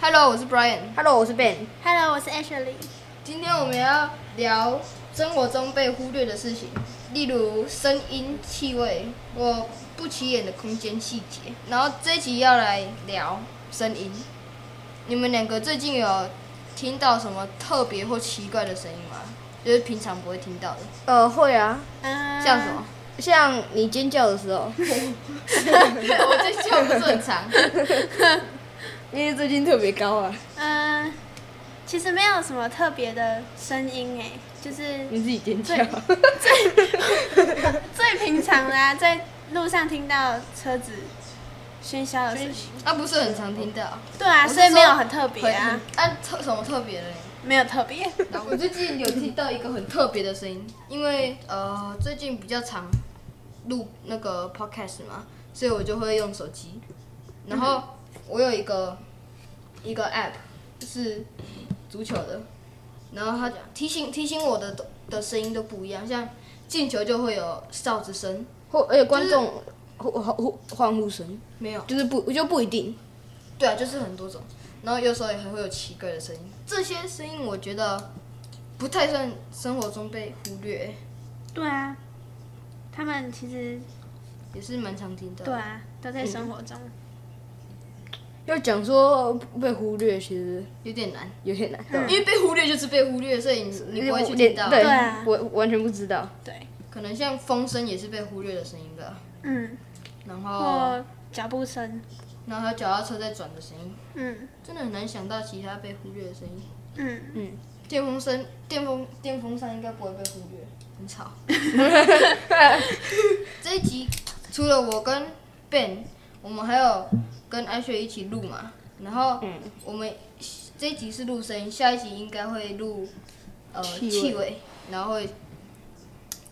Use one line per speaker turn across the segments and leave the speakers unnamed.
Hello，我是 Brian。
Hello，我是 Ben。
Hello，我是 Ashley。
今天我们要聊生活中被忽略的事情，例如声音、气味或不起眼的空间细节。然后这一集要来聊声音。你们两个最近有听到什么特别或奇怪的声音吗？就是平常不会听到的，
呃，会啊，
嗯
像什么？
像你尖叫的时 候，
我最近不是很 长，
因为最近特别高啊，
嗯，其实没有什么特别的声音哎，就是
嗯
你自己尖叫，
最平常 啦、在路上听到车子喧嚣的声音。
啊，不是很常听到，
对啊，
我是
所以没有
说
很特别啊，
会。啊，特什么特别的嘞？
没有特 别。
我最近有听到一个很特别的声音，因为呃最近比较常录那个 podcast 嘛，所以我就会用手机。然后我有一个一个 app 是足球的，然后它提醒提醒我的都的声音都不一样，像进球就会有哨子声，
或而且观众呼呼欢呼声，
没有，
就是不就不一定，
对啊，就是很多种。然后有时候也还会有奇怪的声音，这些声音我觉得不太算生活中被忽略，
对啊，他们其实
也是蛮常听到的。
对啊，都在生活中。
嗯
要讲说被忽略，其实
有点难，
有点难，对吧
因为被忽略就是被忽略，所以你你不会去
连
听到。
对
对啊，
我完全不 知道，
对，
可能像风声也是被忽略的声音吧，
嗯，
然后
啊
或脚步声，
然后还有脚踏车在转的声音，
嗯
真的很难想到其他被忽略的声音。
嗯，
嗯，
电风声、电风、电风扇应该不会被忽略，很吵。这一集除了我跟 Ben，我们还有跟安雪一起录嘛，然后
嗯
我们这一集是录声音，下一集应该会录呃
气味
气味，然后会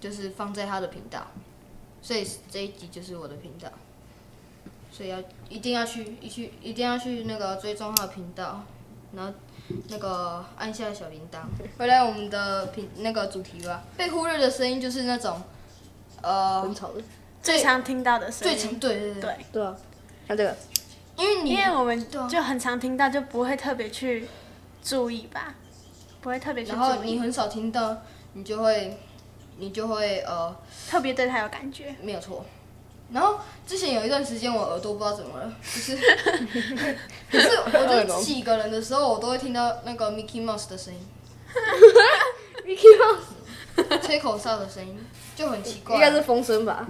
就是放在他的频道，所以这一集就是我的频道。所以要一定要去，一去一定要去那个追踪他的频道，然后那个按下小铃铛。回来我们的频那个主题吧，被忽略的声音就是那种，呃
很，吵的，
最常听到的声
最
音。
常对对对，
对。
对啊，像这个，
因为你
因为我们
对啊
就很常听到，就不会特别去注意吧，不会特别去
然后
注
你
意，
很少听到，你就会你就会呃
特别对他有感觉。
没有错。然后之前有一段时间，我耳朵不知道怎么了，就是可是我就是自己一个人的时候，我都会听到那个 Mickey Mouse 的声音。
Mickey Mouse
吹口哨的声音就很奇怪
应。该是风声吧？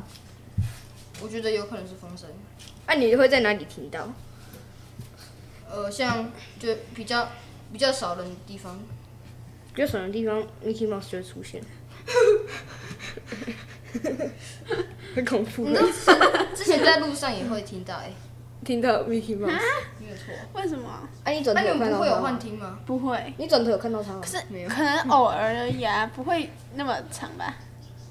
我觉得有可能是风声，
那你会在哪里听到？
呃，像就比较比较少人的地方，
比较少的地方，Mickey Mouse 就会出现， 很恐怖的，
之前在路上也会听到、欸，
听到 Mickey Mouse，
哎，没有错。
为什么？
哎，你转
那、
头
你
有
们
看
不
到
会有
他
幻
吗？
听吗？
不会，
你转头有看到他吗
可？是
没有
可能偶尔而已啊，不会那么长吧？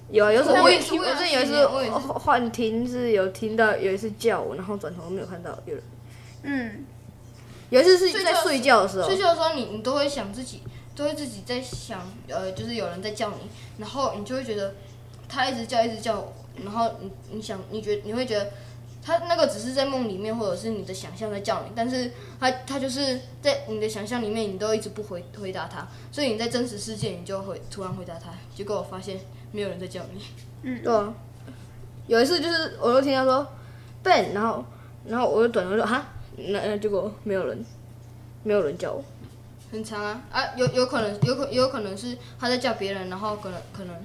有啊，有时候
我也
我
是
记
我
我
也
之
是
前有一次
我也是
幻听是有听到有一次叫我，然后转头没有看到有人。
嗯，
有一次是
睡觉
在睡觉的时候
睡，觉的时候你，你都会想自己，都会自己在想，呃，就是有人在叫你，然后你就会觉得他一直叫，一直叫，然后你你想，你觉你会觉得他那个只是在梦里面，或者是你的想象在叫你，但是他他就是在你的想象里面，你都一直不回回答他，所以你在真实世界你就会突然回答他，结果我发现没有人在叫你，
嗯
对啊，有一次就是我就听到说 Ben，然后然后我就转头说哈，那那结果没有人，没有人叫我，
很长啊啊，有有可能有可有可能是他在叫别人，然后可能可能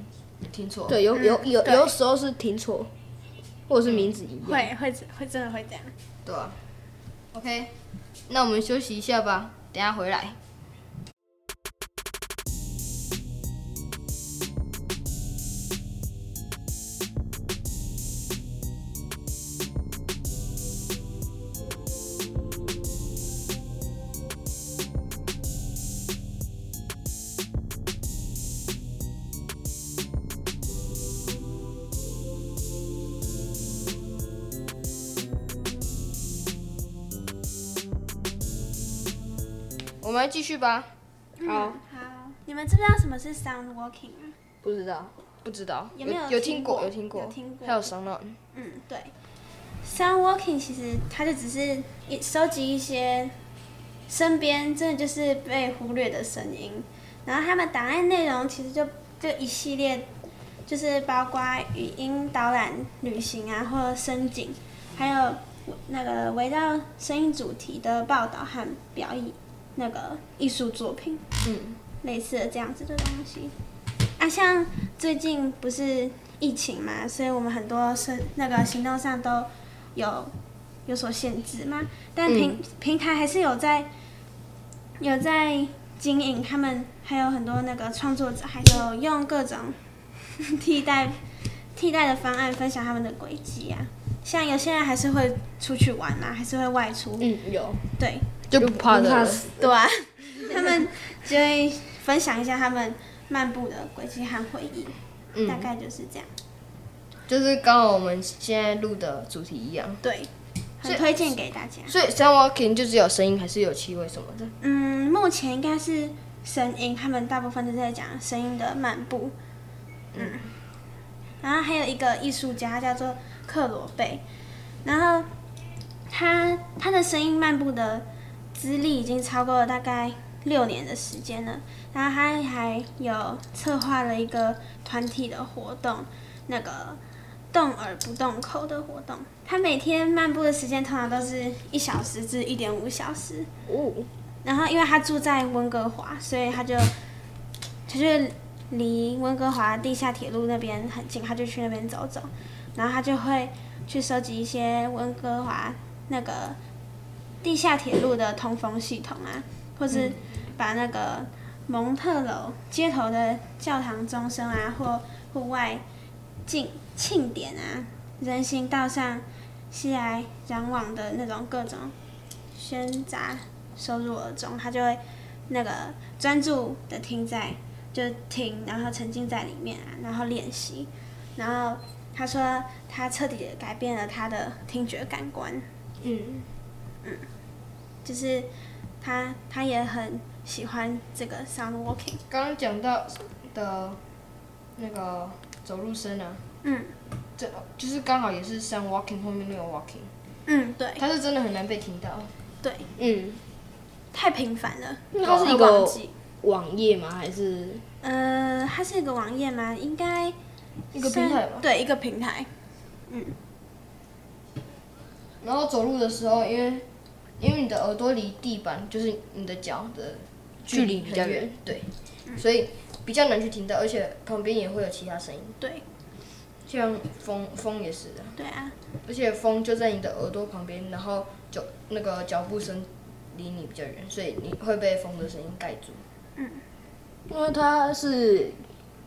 听错，
嗯对，有有有
对
有时候是听错，或者是名字一样。
会会会真的会这样。
对啊。OK，那我们休息一下吧，等一下回来。我们来继续吧。
好，
嗯好，你们知不知道什么是 sound walking 啊？
不知道，
不知道
有没有
有
听
过？
过
有听过，
有听过
还有商量，
嗯，对。Sound walking 其实它就只是一收集一些身边真的就是被忽略的声音。然后他们档案内容其实就就一系列，就是包括语音导览、旅行啊，或者声景，还有那个围绕声音主题的报道和表演，那个艺术作品，
嗯，
类似的这样子的东西。啊，像最近不是疫情嘛，所以我们很多是那个行动上都有有所限制嘛，但平、平台还是有在有在经营，他们还有很多那个创作者，还有用各种 替代替代的方案分享他们的轨迹啊。像有些人还是会出去玩嘛，还是会外出，
嗯，有
对
就不怕
不怕
的
死
对啊，他们就会分享一下他们漫步的轨迹和回忆，大概就是这样。
就是刚好我们现在录的主题一样。
对，
所
很
以
推荐给大家。
所以 sound walking 就只有声音，还是有气味什么的。
嗯，目前应该是声音，他们大部分都在讲声音的漫步。嗯，然后还有一个艺术家叫做克罗贝，然后他他的声音漫步的资历已经超过了大概六年的时间了。然后他还有策划了一个团体的活动，那个动耳不动口的活动。他每天漫步的时间通常都是一小时至一点五小时。
哦，
然后因为他住在温哥华，所以他就他就离温哥华地下铁路那边很近，他就去那边走走，然后他就会去收集一些温哥华那个地下铁路的通风系统啊，或是把那个蒙特楼街头的教堂钟声啊，或户外庆庆典啊，人行道上熙来攘往的那种各种喧杂收入耳中，他就会那个专注的听在，就听，然后沉浸在里面啊，然后练习，然后他说他彻底地改变了他的听觉感官，
嗯，
就是他他也很喜欢这个 sound walking，
刚刚讲到的那个走路声啊，
嗯
这就是刚好也是 sound walking 后面那个 walking，
嗯，对
它是真的很难被听到。
对，
嗯，
太频繁了，
为它是
会
一个
忘记
网页吗？还是
呃，它是一个网页吗？应该
一个平台
算
吧
对，一个平台，
然后走路的时候，因为因为你的耳朵离地板就是你的脚的距离
距离比较
很
远
远，对，所以比较难去听到，而且旁边也会有其他声音，
对
像风风也是的，
对啊，
而且风就在你的耳朵旁边，然后脚那个脚步声离你比较远，所以你会被风的声音盖住。
因为它是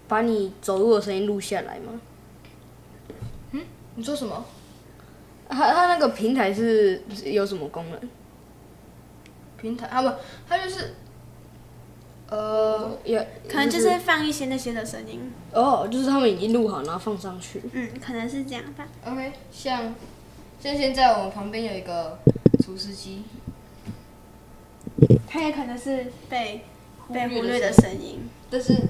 把你走路的声音录下来吗？
你说什么？
它它那个平台是是有什么功能？
平台啊不，它就是呃，
也
可能就是放一些那些的声音。
哦，就是他们已经录好，然后放上去。
嗯，可能是这样吧。
OK，像像现在我们旁边有一个厨师机，
它也可能是被
被
被忽
忽
略
略
的
的
声音。
但是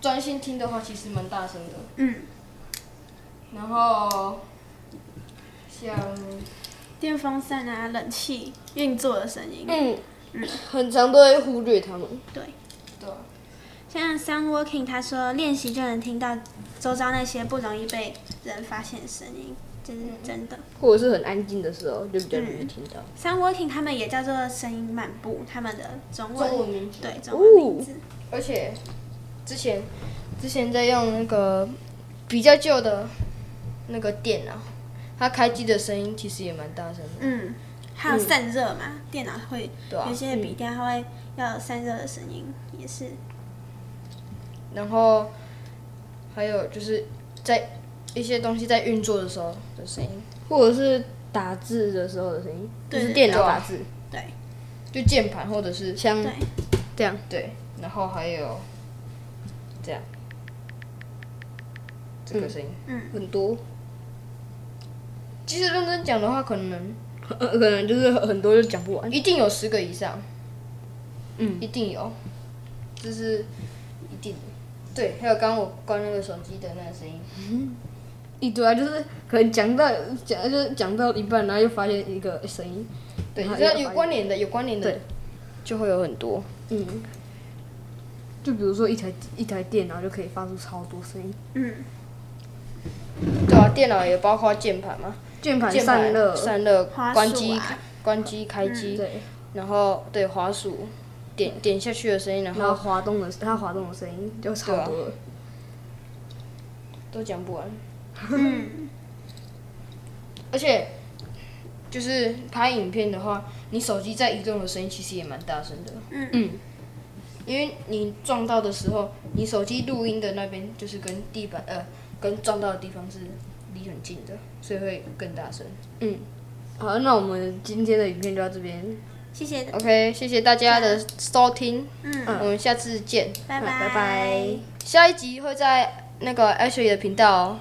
专心听的话，其实蛮大声的。
嗯，
然后像
电风扇啊，冷气运作的声音。
嗯，很常都会忽略他们。
对，
对啊，
像 Sound Walking，他说练习就能听到周遭那些不容易被人发现的声音，这是真的。
或者是很安静的时候，就比较容易听到。
Sound Walking 他们也叫做声音漫步，他们的中文
中文名字
对中文名字。哦
而且之前之前在用那个比较旧的那个电脑，它开机的声音其实也蛮大声的。
嗯，还有散热嘛，电脑会
对啊
有些笔电它会要有散热的声音，也是。
然后还有就是在一些东西在运作的时候
啊
的声音，
或者是打字的时候的声音，就
对
是电脑打字，
对
就键盘或者是
像
对，
这样。
对，然后还有这样这个声音。
嗯
很多，
其实认真讲的话，可能
呃可能就是很多就讲不完。
一定有十个以上，
嗯
一定有，这是一定的。对，还有刚刚我关那个手机的那个声音，
一堆啊，就是可能讲到讲就是讲到一半，然后又发现一个声音，
对，
然后
只要
一个
有
发音
关联的，有关联的
对
就会有很多。
嗯，就比如说一台一台电脑就可以发出超多声音，
嗯，
对啊，电脑也包括键盘嘛，
键盘
键盘
散热，
散热、
滑
关
鼠
机、
啊
关机、开机，
对，
然后对滑鼠点点下去的声音，然
然后
后
滑动的它滑动的声音就超多了。
都讲不完。
嗯，
而且就是拍影片的话，你手机在移动的声音其实也蛮大声的。
嗯
嗯，因为你撞到的时候，你手机录音的那边就是跟地板呃跟撞到的地方是离很近的，所以会更大声。
好，那我们今天的影片就到这边，
谢谢，
OK，谢谢大家的收听，
嗯，
我们下次见。
拜
嗯
拜，
拜拜。
下一集会在那个 Ashley 的频道哦。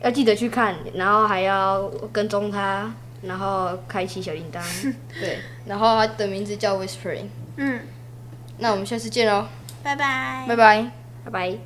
要记得去看，然后还要跟踪它，然后开启小铃铛。
对，然后它的名字叫 Whispering。
嗯，
那我们下次见喽，
拜拜，
拜拜。
拜拜。